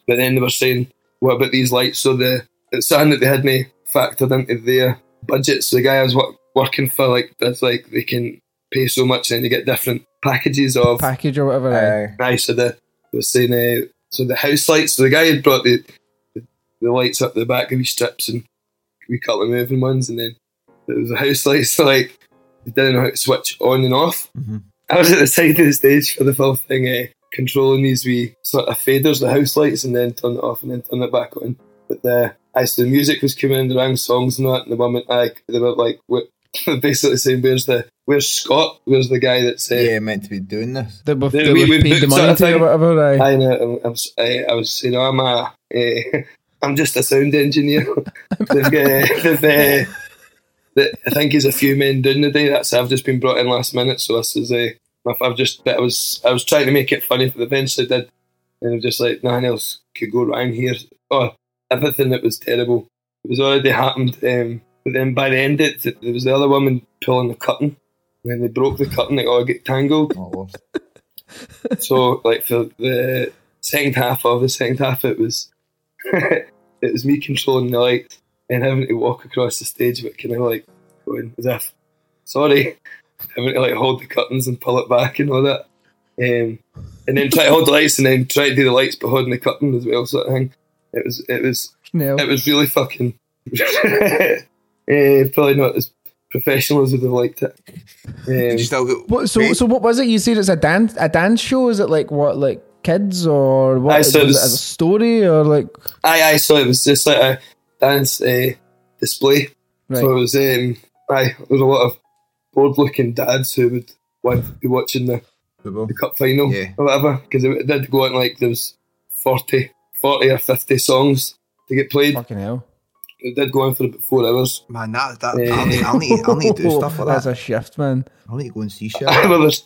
C: but then they were saying, "What about these lights?" So the it's something that they had me factored into their budget. So the guy I was wor- working for, like that's like they can pay so much, and you get different packages of
B: Package or whatever. aye.
C: Aye, so the they were saying uh, so the house lights. So the guy had brought the the lights up the back of these strips and we cut them moving ones, and then there was the house lights. So like they didn't know how to switch on and off. I was at the side of the stage for the full thing, uh, controlling these wee sort of faders, the house lights, and then turn it off and then turn it back on. But the as the music was coming in, the rang songs and that, and the woman, like they were like, what, basically saying, "Where's the where's Scott? Where's the guy that's uh,
A: yeah, meant to be doing this.
B: That we've,
C: Yeah,
B: that
C: we-
B: we've
C: we
B: paid the
C: booked
B: money
C: sort of
B: to or
C: thing.
B: whatever. Aye.
C: I know. I'm, I'm, s- I, I was, you know, I'm a, uh, I'm just a sound engineer. they've got, uh, they've, uh, the, I think he's a few men doing the day. That's I've just been brought in eh, last minute, so this is a. I've just, but I was, I was trying to make it funny for the bench. I did And they're just like, nothing else could go wrong here. Oh, everything that was terrible. It was already happened. Um, but then by the end, it, there was the other woman pulling the curtain. And then they broke the curtain, it all got tangled.
A: Oh, Lord.
C: so, like, for the second half of the second half, it was it was me controlling the lights and having to walk across the stage, but kind of like going as if, sorry, having to like hold the curtains and pull it back and all that. Um, and then try to hold the lights and then try to do the lights but holding the curtain as well, sort of thing. It was, it was,
B: No.
C: it was really fucking. Eh, probably not as professional as would have liked it. Um,
A: Did you still get
B: What, so, so what was it? You said it's a dance, a dance show. Is it like what, like kids or what?
C: Aye,
B: is
C: so
B: it
C: it's-
B: as a story or like?
C: Aye, aye. So it was just like a dance uh, display.
B: Right.
C: So it was, um, aye, there was a lot of bored-looking dads who would want to be watching the,
A: football?
C: the cup final
A: Yeah.
C: or whatever because it did go on like there was 40, 40 or fifty songs to get played.
B: Fucking hell.
C: It did go on for about four hours.
A: Man, that, that
C: Yeah.
A: I'll, need, I'll, need, I'll need to do stuff like
B: That's
A: that.
B: a shift, man.
A: I'll need to go and see shit.
C: Aye, well, there's-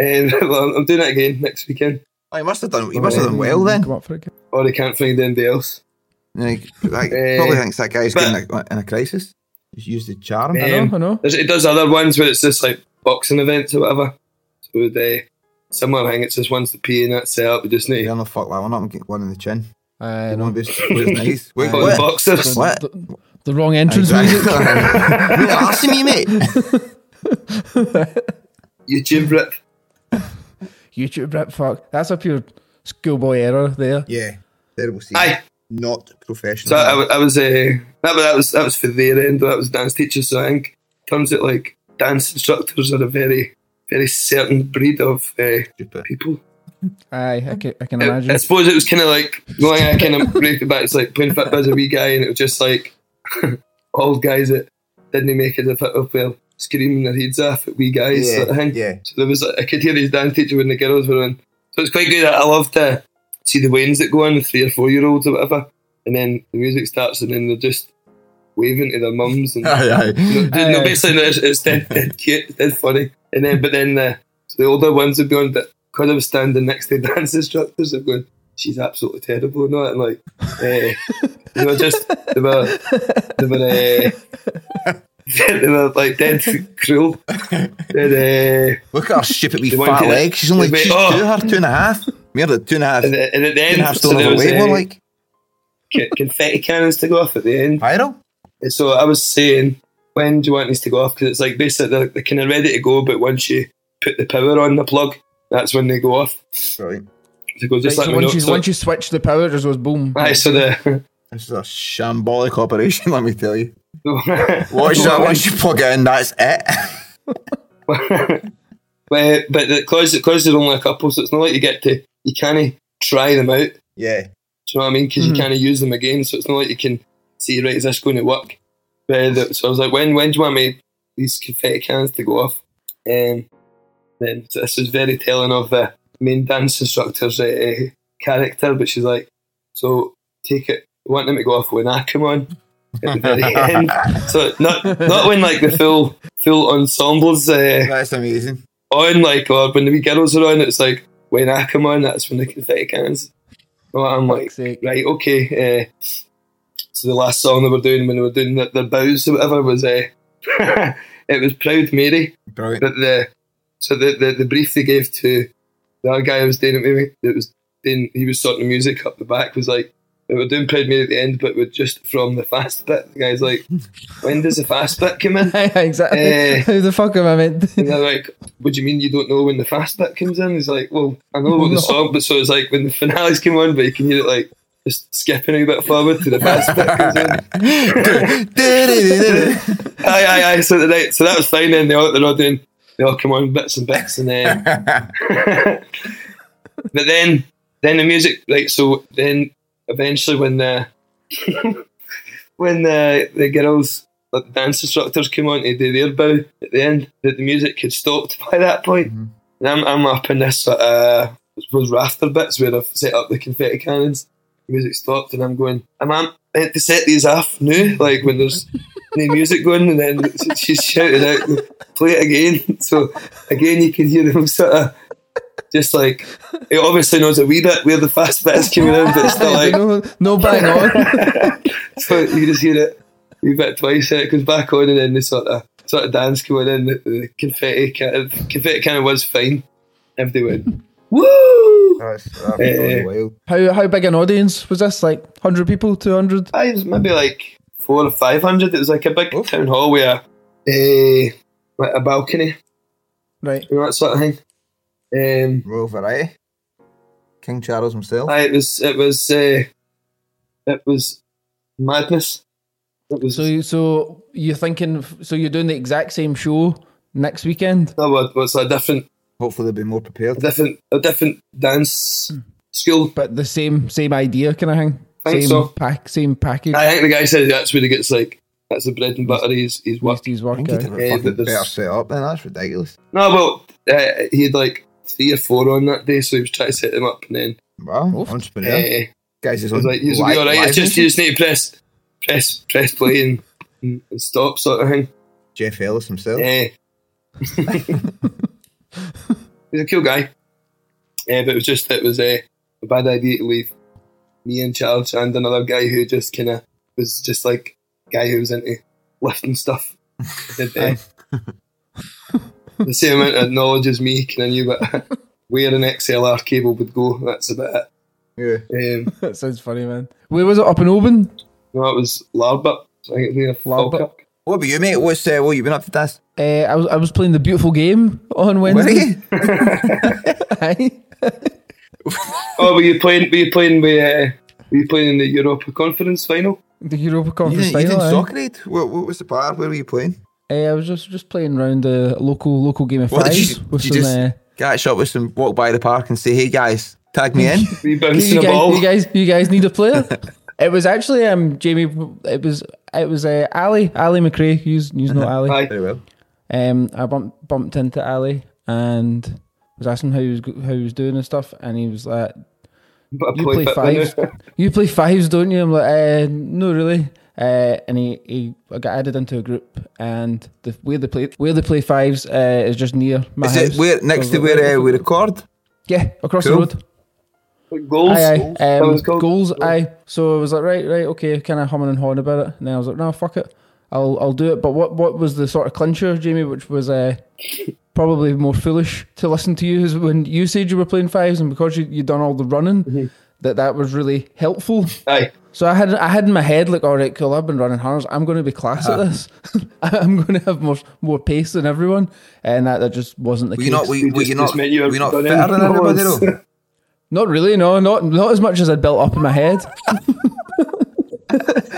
C: um, well, I'm doing it again next weekend,
A: Oh, you must have done. You must have done well then.
B: Mm, Come up for it.
C: or I can't find anybody else.
A: Like, like,
C: Eh,
A: probably thinks that guy's
C: but-
A: getting a, in a crisis. Just use the charm.
B: I know, I know.
C: There's, it does other ones where it's just like boxing events or whatever. So eh, they similar thing. It's just one's the P and that's it. We just need
A: Yeah, no, fuck that one up. I'm getting one in the chin.
B: I
A: You know,
B: know.
A: this was nice. Wait,
C: for the
A: what?
C: boxers.
A: What?
B: The, the wrong entrance music.
A: You're asking me, mate.
C: YouTube rip.
B: YouTube rip fuck. That's a pure schoolboy error there.
A: Yeah, terrible scene.
C: Aye.
A: Not professional.
C: So I, wa- I was uh, that, wa- that was that was for their end. That was dance teachers. So I think turns out like dance instructors are a very very certain breed of uh,
A: Stupid.
C: people.
B: Aye, I can, I can
C: I,
B: imagine.
C: I suppose it was kind of like the only way I kind of break it back. It's like playing football as a wee guy, and it was just like old guys that didn't make it a football player screaming their heads off at wee guys.
A: Yeah,
C: sort of thing.
A: yeah.
C: So there was I could hear these dance teacher when the girls were on. So it's quite good. I love to see the wains that go on, the three or four year olds or whatever, and then the music starts, and then they're just waving to their mums and
A: Aye, aye.
C: no, no, basically, it's, it's dead, dead cute, dead funny. And then, but then the, so the older ones would be on, but because I was standing next to dance instructors, I'm going, she's absolutely terrible and all that. And like, eh, they were just, they were, they were, eh, they were like dead cruel. And, eh,
A: Look at her stupid wee
C: The one
A: fat
C: thing that-
A: leg. She's only
C: the way-
A: she's
C: oh.
A: two, her two and a half. We're the two and a half.
C: and, and at
A: two
C: the
A: and a half
C: end, so
A: stone
C: there was
A: overweight. We're
C: eh,
A: like
C: con- confetti cannons to go off at the end.
A: viral.
C: And so I was saying, when do you want these to go off? Because it's like basically they're, they're kind of ready to go, but once you put the power on the plug, that's when they go off.
A: Brilliant.
C: So go just
B: Right,
C: let
B: so
C: me know.
B: once, you,
C: So-
B: once you switch the power, it just goes boom.
C: Aye, so the
A: This is a shambolic operation. Let me tell you. Watch
C: watch
A: that. Once you plug it in, that's it.
C: but but because because there's only a couple, so it's not like you get to you can't try them out.
A: yeah.
C: Do you know what I mean? Because you kind of use them again, so it's not like you can see right is this going to work. But the- so I was like, when when do you want me these confetti cans to go off? Um, then so this was very telling of the main dance instructor's uh, character, but she's like, so take it. I want them to go off when I come on at the very end. So not not when like the full full ensembles uh,
A: That's amazing.
C: on, like or when the wee girls are on, it's like when I come on, that's when the confetti cans. Well, I'm like,
B: Fuck's sake.
C: right, okay. Uh, so the last song they were doing when they were doing their, their bows or whatever was uh, it was Proud Mary.
A: Brilliant.
C: But the so the, the, the brief they gave to the other guy who was doing it with me, that was doing he was sorting the music up the back was like they were doing Proud Mary at the end, but with just from the fast bit. The guy's like, when does the fast bit come in?
B: Aye, exactly.
C: Eh.
B: How the fuck am I meant?
C: And they're like, "What do you mean you don't know when the fast bit comes in?" He's like, "Well, I know what the
B: No.
C: song, but so it's like when the finales come on, but you can hear it like just skipping a bit forward to the fast bit comes in." aye, aye, aye. So the night, so that was fine. Then they all they're all doing they all come on bits and bits, and then but then then the music right. So then eventually when the when the the girls the dance instructors came on to do their bow at the end, that the music had stopped by that point. And I'm I'm up in this sort of I suppose rafter bits where I've set up the confetti cannons. The music stopped, and I'm going. Am I meant to set these off now? Like when there's the music going, and then she's shouting out, "Play it again!" So again, you can hear them sort of just like it obviously knows a wee bit where the fast bit is coming in, but it's still like
B: no, no bang on.
C: so you just hear it a wee bit twice, and it goes back on, and then the sort of sort of dance going in, the, the confetti kind of confetti kind of was fine. Everybody went woo.
A: Oh, it's- oh, it's
C: Uh,
A: wild.
B: How how big an audience was this? Like hundred people, two hundred?
C: I was maybe like four or five hundred. It was like a big town hall where uh, like a balcony,
B: Right.
C: you know that sort of thing. Um,
A: Royal variety. King Charles himself.
C: Aye, it was it was uh, it was madness. It was
B: So you- so you're thinking? So you're doing the exact same show next weekend?
C: no, what, what's a different
A: Hopefully, they'll be more prepared.
C: a different a different dance
B: Hmm.
C: school.
B: but the same same idea kind of thing.
C: Think
B: same
C: so.
B: pack, same package.
C: I think the guy said that's where he gets like that's the bread and butter. He's he's
B: Most
C: worked.
B: of his
A: I
B: work
A: think
B: out.
A: he'd have
C: Yeah,
A: a fucking
C: but there's-
A: better set up. Then that's ridiculous.
C: No, but uh, he had like three or four on that day, so he was trying to set them up, and then
A: Wow,
B: Oof.
A: entrepreneur.
C: uh,
A: Guys, is
C: he was
A: on
C: like, "You'll
A: live-
C: be all right.
A: live
C: It's just you
A: music.
C: just need to press press press play and, and, and stop sort of thing."
A: Jeff Ellis himself.
C: Yeah. He's a cool guy. Yeah, but it was just it was uh, a bad idea to leave me and Charles and another guy who just kind of was just like guy who was into lifting stuff. Did, uh, the same amount of knowledge as me, kind of knew but where an XLR cable would go. That's about
A: Yeah.
C: it. Um,
B: that sounds funny, man. Where was it up in Oban?
C: no, it was Larbuck. I think it was near
B: Larbuck.
C: Falkirk.
A: What about you, mate? What's uh, what you been up to, Das?
B: Uh, I was I was playing the beautiful game on
A: Were
B: Wednesday.
A: you?
B: Aye.
C: Oh, were you playing? Were you playing? With, uh, were you playing in the Europa Conference final?
B: the Europa
A: You
B: Conference
A: didn't, you
B: final.
A: didn't
B: aye.
A: soccer aid? What, what was the bar? Where were you playing?
B: Eh, I was just just playing around the local local game of
A: What, did you-
B: fives with
A: did
B: some.
A: you
B: uh,
A: Catch up with some, walk by the park and say, hey guys, tag me in.
C: Were you
B: you,
C: bouncing a
B: guys,
C: ball?
B: you guys, you guys need a player. it was actually um Jamie. It was it was uh, Ali Ali McRae. Who's who's not
A: Uh-huh.
B: Ali.
C: Aye.
A: Very well.
B: Um, I bumped bumped into Ali and was asking how he was go- how he was doing and stuff, and he was like,
C: But I
B: "You play
C: played that
B: fives,
C: winner.
B: you play fives, don't you?" I'm like, uh, "No, really." Uh, and he, he I got added into a group, and the where they play where they play fives uh, is just near my
A: Is
B: house.
A: it where, next to where uh, we record?
B: yeah, across the
A: Cool.
B: road.
C: Goals.
B: Aye,
C: Goals.
B: aye.
C: That was
B: Um,
C: called-
B: goals, aye. So I was like, right, right, okay, kind of humming and hawing about it. And then I was like, no, fuck it, I'll, I'll do it. But what, what was the sort of clincher, Jamie, which was uh, probably more foolish to listen to you is when you said you were playing fives, and because you you done all the running,
C: Mm-hmm.
B: that that was really helpful.
C: Aye.
B: So I had I had in my head like, all right, cool. I've been running hard. I'm going to be class
C: Uh-huh.
B: at this. I'm going to have more more pace than everyone, and that, that just wasn't the
A: Were
B: case.
A: you not, were,
C: You
A: were
C: just-
A: you not,
C: just meant you
A: were you not
C: had
A: fitter
C: done
A: than
C: anything
A: everybody
C: else.
A: though?
B: Not really, no, not not as much as I built up in my head.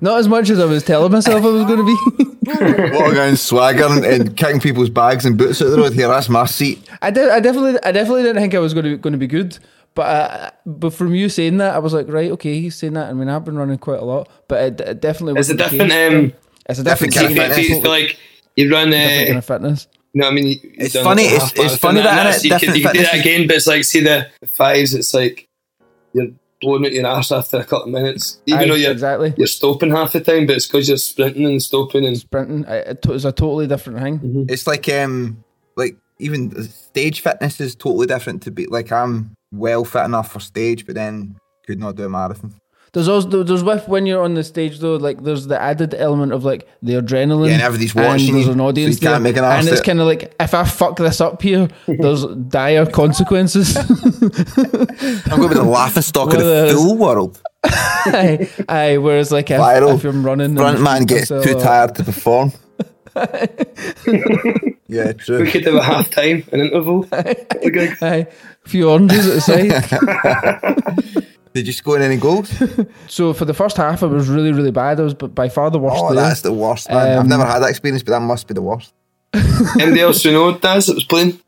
B: not as much as I was telling myself I was going to be.
A: Walking around swaggering and kicking people's bags and boots out the road here. That's my seat.
B: I did, I definitely, I definitely didn't think I was going to going to be good. But uh, but from you saying that, I was like, right, okay, he's saying that. I mean, I've been running quite a lot, but it, it definitely
C: It's a
B: wasn't the
C: different.
B: case.
C: Um,
B: it's a
A: different
B: different,
A: kind
C: see,
A: of
B: kind
C: see,
A: fitness.
C: see, it's like you run.
B: different kind
C: Uh,
B: of fitness.
C: no, I mean, you, you've
A: It's
C: done
A: funny,
C: it
A: it's-
C: half-assed
A: it's funny
C: and
A: that,
C: and
A: innit?
C: that's- You could,
A: Different
C: you could do that
A: fitnesses.
C: again, but it's like see the fives. It's like you're blowing out your ass after a couple of minutes, even
B: Aye,
C: though you're
B: exactly.
C: you're stopping half the time. But it's because you're sprinting and stopping and
B: Sprinting, it, it to- it's a totally different thing.
A: It's like um like even stage fitness is totally different to be like I'm well fit enough for stage, but then could not do a marathon.
B: There's also there's with when you're on the stage though, like there's the added element of like the adrenaline.
A: Yeah, and everybody's watching
B: there's
A: you,
B: an
A: so you
B: audience
A: can't
B: there,
A: make an arse
B: and it's
A: of it.
B: kind of like if I fuck this up here, there's dire consequences.
A: I'm going to be the laughing stock of
B: Well,
A: the
B: uh,
A: full world.
B: aye, aye. Whereas like if,
A: Viral
B: if I'm running, and
A: front man gets
B: so-
A: too tired to perform. yeah,
C: we
A: true.
C: could have a half time, an interval. Okay.
B: Aye, a few oranges at the side.
A: Did you score any goals?
B: so for the first half, it was really really bad. I was b- by far the worst.
A: Oh,
B: there.
A: that's the worst. Man. I've
B: Um,
A: never had that experience, but that must be the worst.
C: Anybody else who know Daz that was playing?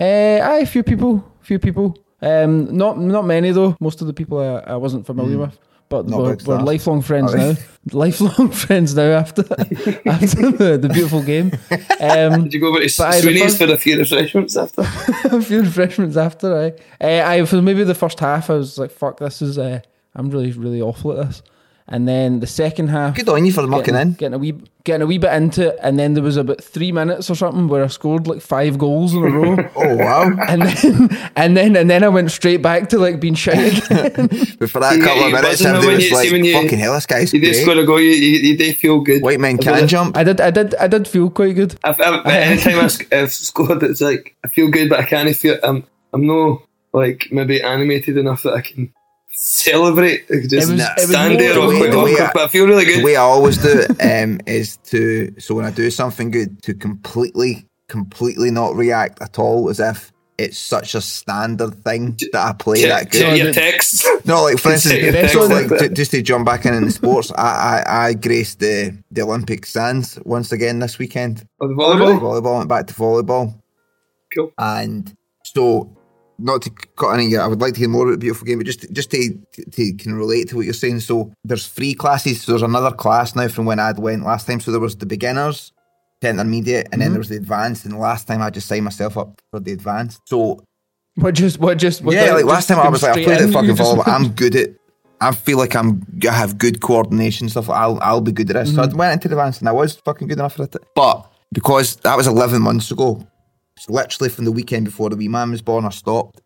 B: Uh, aye, a few people, few people. Um, not not many though. Most of the people I, I wasn't familiar with, but
A: Hmm. Not
B: we're,
A: big
B: we're
A: stars.
B: lifelong friends
A: Are they?
B: now. lifelong friends now after after the, the beautiful game. Um,
C: Did you go over to
B: But aye, the
C: Sweeney's
B: first-
C: for a few refreshments after?
B: a few refreshments after. Eh, I, uh, I for maybe the first half, I was like, "Fuck, this is." Uh, I'm really really awful at this. and then the second half
A: Good on you for mucking
B: getting,
A: in.
B: getting a wee getting a wee bit into it, and then there was about three minutes or something where I scored like five goals in a row.
A: Oh wow!
B: And then, and then, and then I went straight back to like being shit again.
A: But for that
C: See,
A: couple of
C: you-
A: minutes,
C: wasn't it
A: everybody
C: when
A: was
C: you- see,
A: like,
C: when you-
A: "Fucking hell, this guy's
C: You did
A: great.
C: score a goal, you, you, you did feel good.
A: White men can jump.
B: I did, I did, I did feel quite good.
C: I've, I've, anytime I've, sc- I've scored, it's like I feel good, but I can't feel. I'm I'm no like maybe animated enough that I can celebrate. I could just
B: It was- it was
C: stand
B: more
C: there
B: the
C: or
B: way-
C: quite
B: the way
C: awkward,
A: I-
C: but I feel really
A: The
C: good.
A: way I always do it um, is to so when I do something good to completely, completely not react at all, as if it's such a standard thing that I play that
C: Check,
A: good.
C: check your texts.
A: No, like for
C: Check
A: instance, so
C: your
A: like
C: texts.
A: ju- just to jump back in in the sports, I, I I graced the the Olympic stands once again this weekend.
C: Oh, the volleyball.
A: Volleyball went back to volleyball,
C: Cool.
A: and so not to cut any. I would like to hear more about the beautiful game, but just just to to can relate to what you're saying. So there's three classes. So there's another class now from when I went last time. So there was the beginners, the intermediate, and then there was the advanced. And last time I just signed myself up for the advanced. So
B: What just, what just, what
A: yeah, like last time I was like, I played at fucking
B: ball.
A: volleyball. I'm good at. I feel like I'm. I have good coordination stuff. I'll. I'll be good at this. So I went into the advanced and I was fucking good enough at it. But because that was 11 months ago, it's literally from the weekend before the wee man was born. I stopped.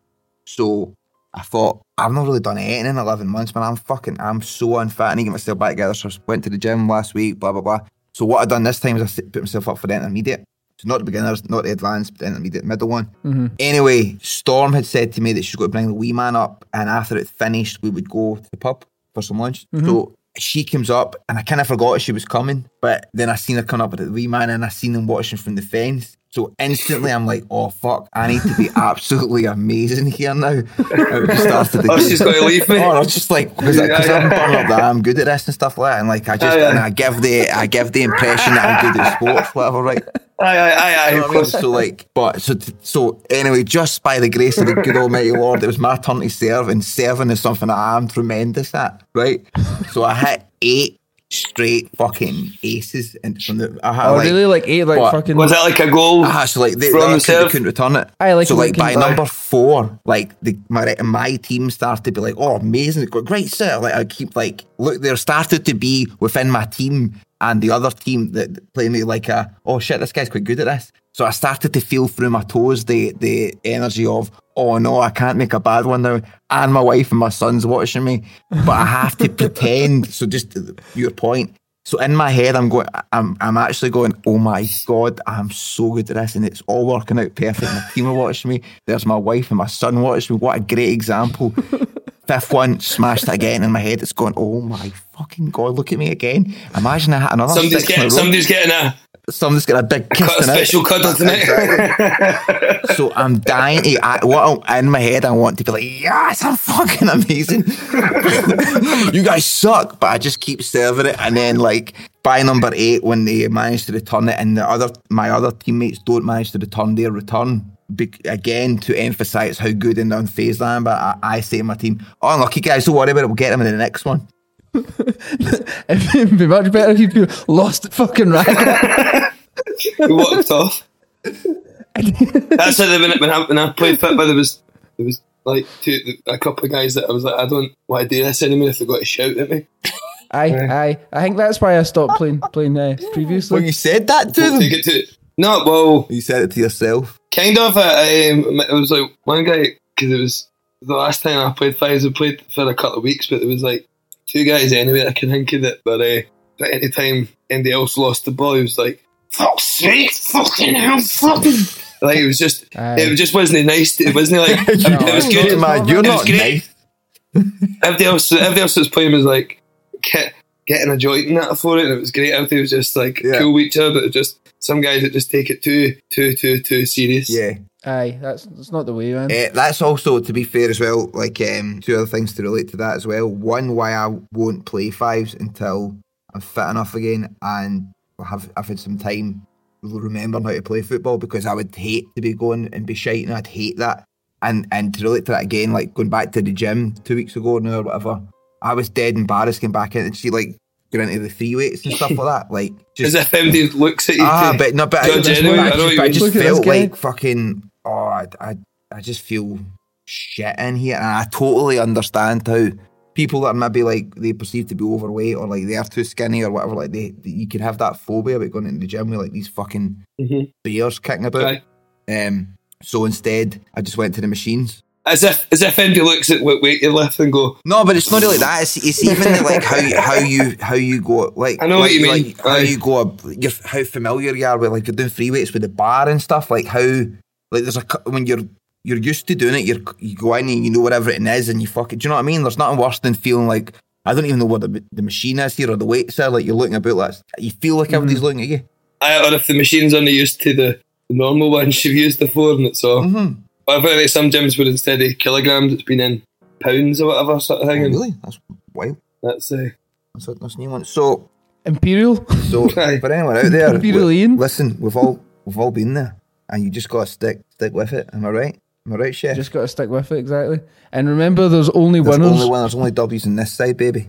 A: So I thought I've not really done anything in 11 months, man. I'm fucking. I'm so unfit. I need to get myself back together. So I went to the gym last week. Blah blah blah. So what I done this time is I s- put myself up for the intermediate. So not the beginners, not the advanced, but the intermediate, middle one. Anyway, Storm had said to me that she's going to bring the wee man up, and after it finished, we would go to the pub for some lunch. So she comes up, and I kind of forgot she was coming, but then I seen her come up with the wee man, and I seen them watching from the fence. So instantly, I'm like, "Oh fuck! I need to be absolutely amazing here now." And we started the
C: Oh, she's
A: game.
C: gonna leave me.
A: Oh, I was just like, because I'm bummed up that I'm good at this and stuff like that, and like I just
C: Aye, aye.
A: and I give the I give the impression that I'm good at sports, whatever, right?
C: Aye, aye, aye, aye.
A: You know what
C: Of
A: I mean?
C: course.
A: So like, but so so anyway, just by the grace of the good Almighty Lord, it was my turn to serve, and serving is something that I am tremendous at, right? So I hit eight straight fucking aces, and from the I had
B: Oh,
A: like,
B: really? Like eight, like
A: What?
B: fucking.
C: Was that like a goal?
A: Ah, so like they,
C: From
A: they, couldn't,
C: himself?
A: couldn't return it.
B: Aye, like
A: so
B: you
A: like by
B: can-
A: number four, like the my my team started to be like, oh amazing, gr- great sir. Like I keep like look, there started to be within my team and the other team that that play me like a oh shit, this guy's quite good at this. So I started to feel through my toes the the energy of oh no, I can't make a bad one now. And my wife and my son's watching me, but I have to pretend. So just to the- your point. So in my head, I'm going, I'm, I'm actually going, oh my god, I'm so good at this, and it's all working out perfect. My team are watching me. There's my wife and my son watching me. What a great example. Fifth one smashed it again in my head. It's going, oh my fucking god, look at me again. Imagine I had another. six
C: Somebody's
A: in a
C: getting
A: row.
C: somebody's getting a,
A: Somebody's got a big kiss
C: a
A: tonight.
C: special cuddle tonight.
A: So I'm dying to. I, what I, in my head, I want to be like, yes, I'm fucking amazing. you guys suck, but I just keep serving it. And then, like by number eight, when they manage to return it, and the other my other teammates don't manage to return their return. Be, again, to emphasise how good and unfazed I am, but I, I say to my team, "Oh, lucky guys, don't worry about it. We'll get them in the next one."
B: It'd be much better if you lost the fucking racket.
C: He walked off. That's how they, when, I- when, I, when I played football, there was there was like two, a couple of guys that I was like, I don't want to do this anymore if they got to shout at me.
B: aye, aye. I think that's why I stopped playing playing uh, previously.
A: When you said that to
C: Take
A: them,
C: it to no, well,
A: you said it to yourself.
C: kind of. uh, Um, it was like one guy because it was the last time I played fives. I played for a couple of weeks, but there was like two guys anyway. that I can think of that, but uh, but any time anybody else lost the ball, he was like, "Fuck sake, fucking hell, fucking!" Like it was just,
B: Aye.
A: Um,
C: it just wasn't nice. It wasn't like it was good.
A: man. You're
C: It was
A: not
C: great.
A: nice.
C: Everybody else, everybody else was playing was like get, getting a joint in that for it, and it was great. Everybody was just like
A: Yeah.
C: cool with each other, but it just some guys that just take it too, too, too, too serious.
A: Yeah.
B: Aye, that's that's not the way, man.
A: Uh, that's also, to be fair as well, like um, two other things to relate to that as well. One, why I won't play fives until I'm fit enough again and I have I've had some time remembering how to play football because I would hate to be going and be shite and I'd hate that. And and to relate to that again, like going back to the gym two weeks ago now or whatever, I was dead embarrassed getting back in and see like going into the free weights and stuff like that. Like
C: As
A: just
C: if MD looks at you.
A: Ah,
C: to-
A: but no, but I,
C: Judge
A: just-
C: anyway,
A: but I
C: I know
A: just,
C: what you
A: but I
C: mean.
A: just
B: Look at
A: felt
B: this guy.
A: like fucking. Oh, I, I, I just feel shit in here, and I totally understand how people that are maybe like they perceive to be overweight or like they are too skinny or whatever, like they, they- you could have that phobia about going into the gym with like these fucking
C: Mhm.
A: bears kicking about. Um, so instead, I just went to the machines.
C: As if as if Andy looks at what weight you lift and go,
A: No, but it's not really that. It's, it's even like how you- how you how you go like
C: I know what
A: like-
C: you mean.
A: like how
C: Aye.
A: you go ab- you're, how familiar you are with like you're doing free weights with the bar and stuff like how like there's a cu- when you're you're used to doing it you're you go in and you know whatever it is and you fuck it. Do you know what I mean? There's nothing worse than feeling like I don't even know what the, the machine is here or the weights are. Like you're looking about like you feel like everybody's looking at you.
C: I, or if the machine's only used to the, the normal ones you've used before and it's all.
A: Mm-hmm.
C: But I feel like some gyms would instead of kilograms, it's been in pounds or whatever sort of thing. and
A: really? That's wild.
C: That's uh,
A: That's a, that's a new one. So
B: Imperial.
A: So
C: Aye.
A: for anyone out there,
B: Be delaying.
A: listen, we've all we've all been there, and you just gotta stick stick with it. Am I right? Am I right, chef?
B: Just got to stick with it exactly. And remember, there's only
A: there's
B: winners.
A: only winners, only W's in this side, baby.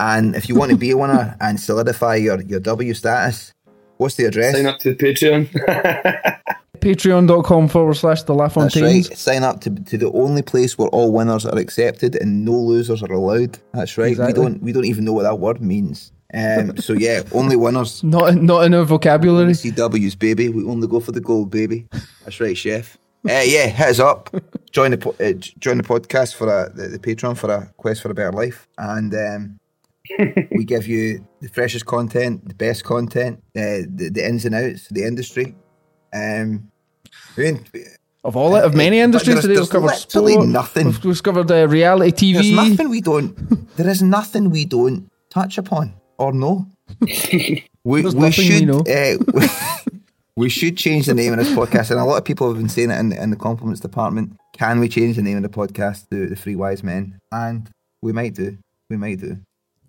A: and if you want to be a winner and solidify your, your W status, what's the address?
C: sign up to the Patreon.
B: Patreon.com forward slash the La
A: That's
B: Fontaines.
A: right. Sign up to to the only place where all winners are accepted and no losers are allowed. That's right.
B: Exactly.
A: We don't we don't even know what that word means. Um, so yeah, only winners.
B: Not not in our vocabulary.
A: CWs, baby. We only go for the gold, baby. That's right, chef. Uh, yeah, hit us up. Join the po- uh, j- join the podcast for a, the, the Patreon for a quest for a better life, and um, we give you the freshest content, the best content, uh, the the ins and outs, of the industry. Um, we ain't-
B: Of all of many
A: But
B: industries
A: there's-
B: today, we've
A: there's
B: covered
A: literally
B: sport,
A: nothing.
B: We've discovered uh, reality
A: there's
B: TV.
A: nothing we don't. There is nothing we don't touch upon or know. We,
B: There's
A: we
B: nothing we
A: should
B: know.
A: uh, we, we should change the name of this podcast, and a lot of people have been saying it in the, in the compliments department. Can we change the name of the podcast to the Three Wise Men? And we might do. We might do.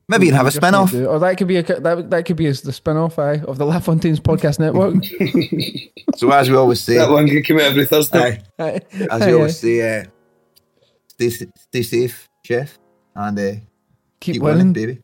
A: Maybe even have a
B: Just might
A: spin off.
B: do. Or that could be a that, that could be as the spin off aye, of the La Fontaine's podcast network.
A: So as we always say,
C: that one could come out every Thursday.
A: aye,
B: Aye.
A: as
B: Aye,
A: we
B: aye.
A: always say, uh, stay s- stay safe, Chef, and uh,
B: keep,
A: keep winning,
B: winning.
A: baby.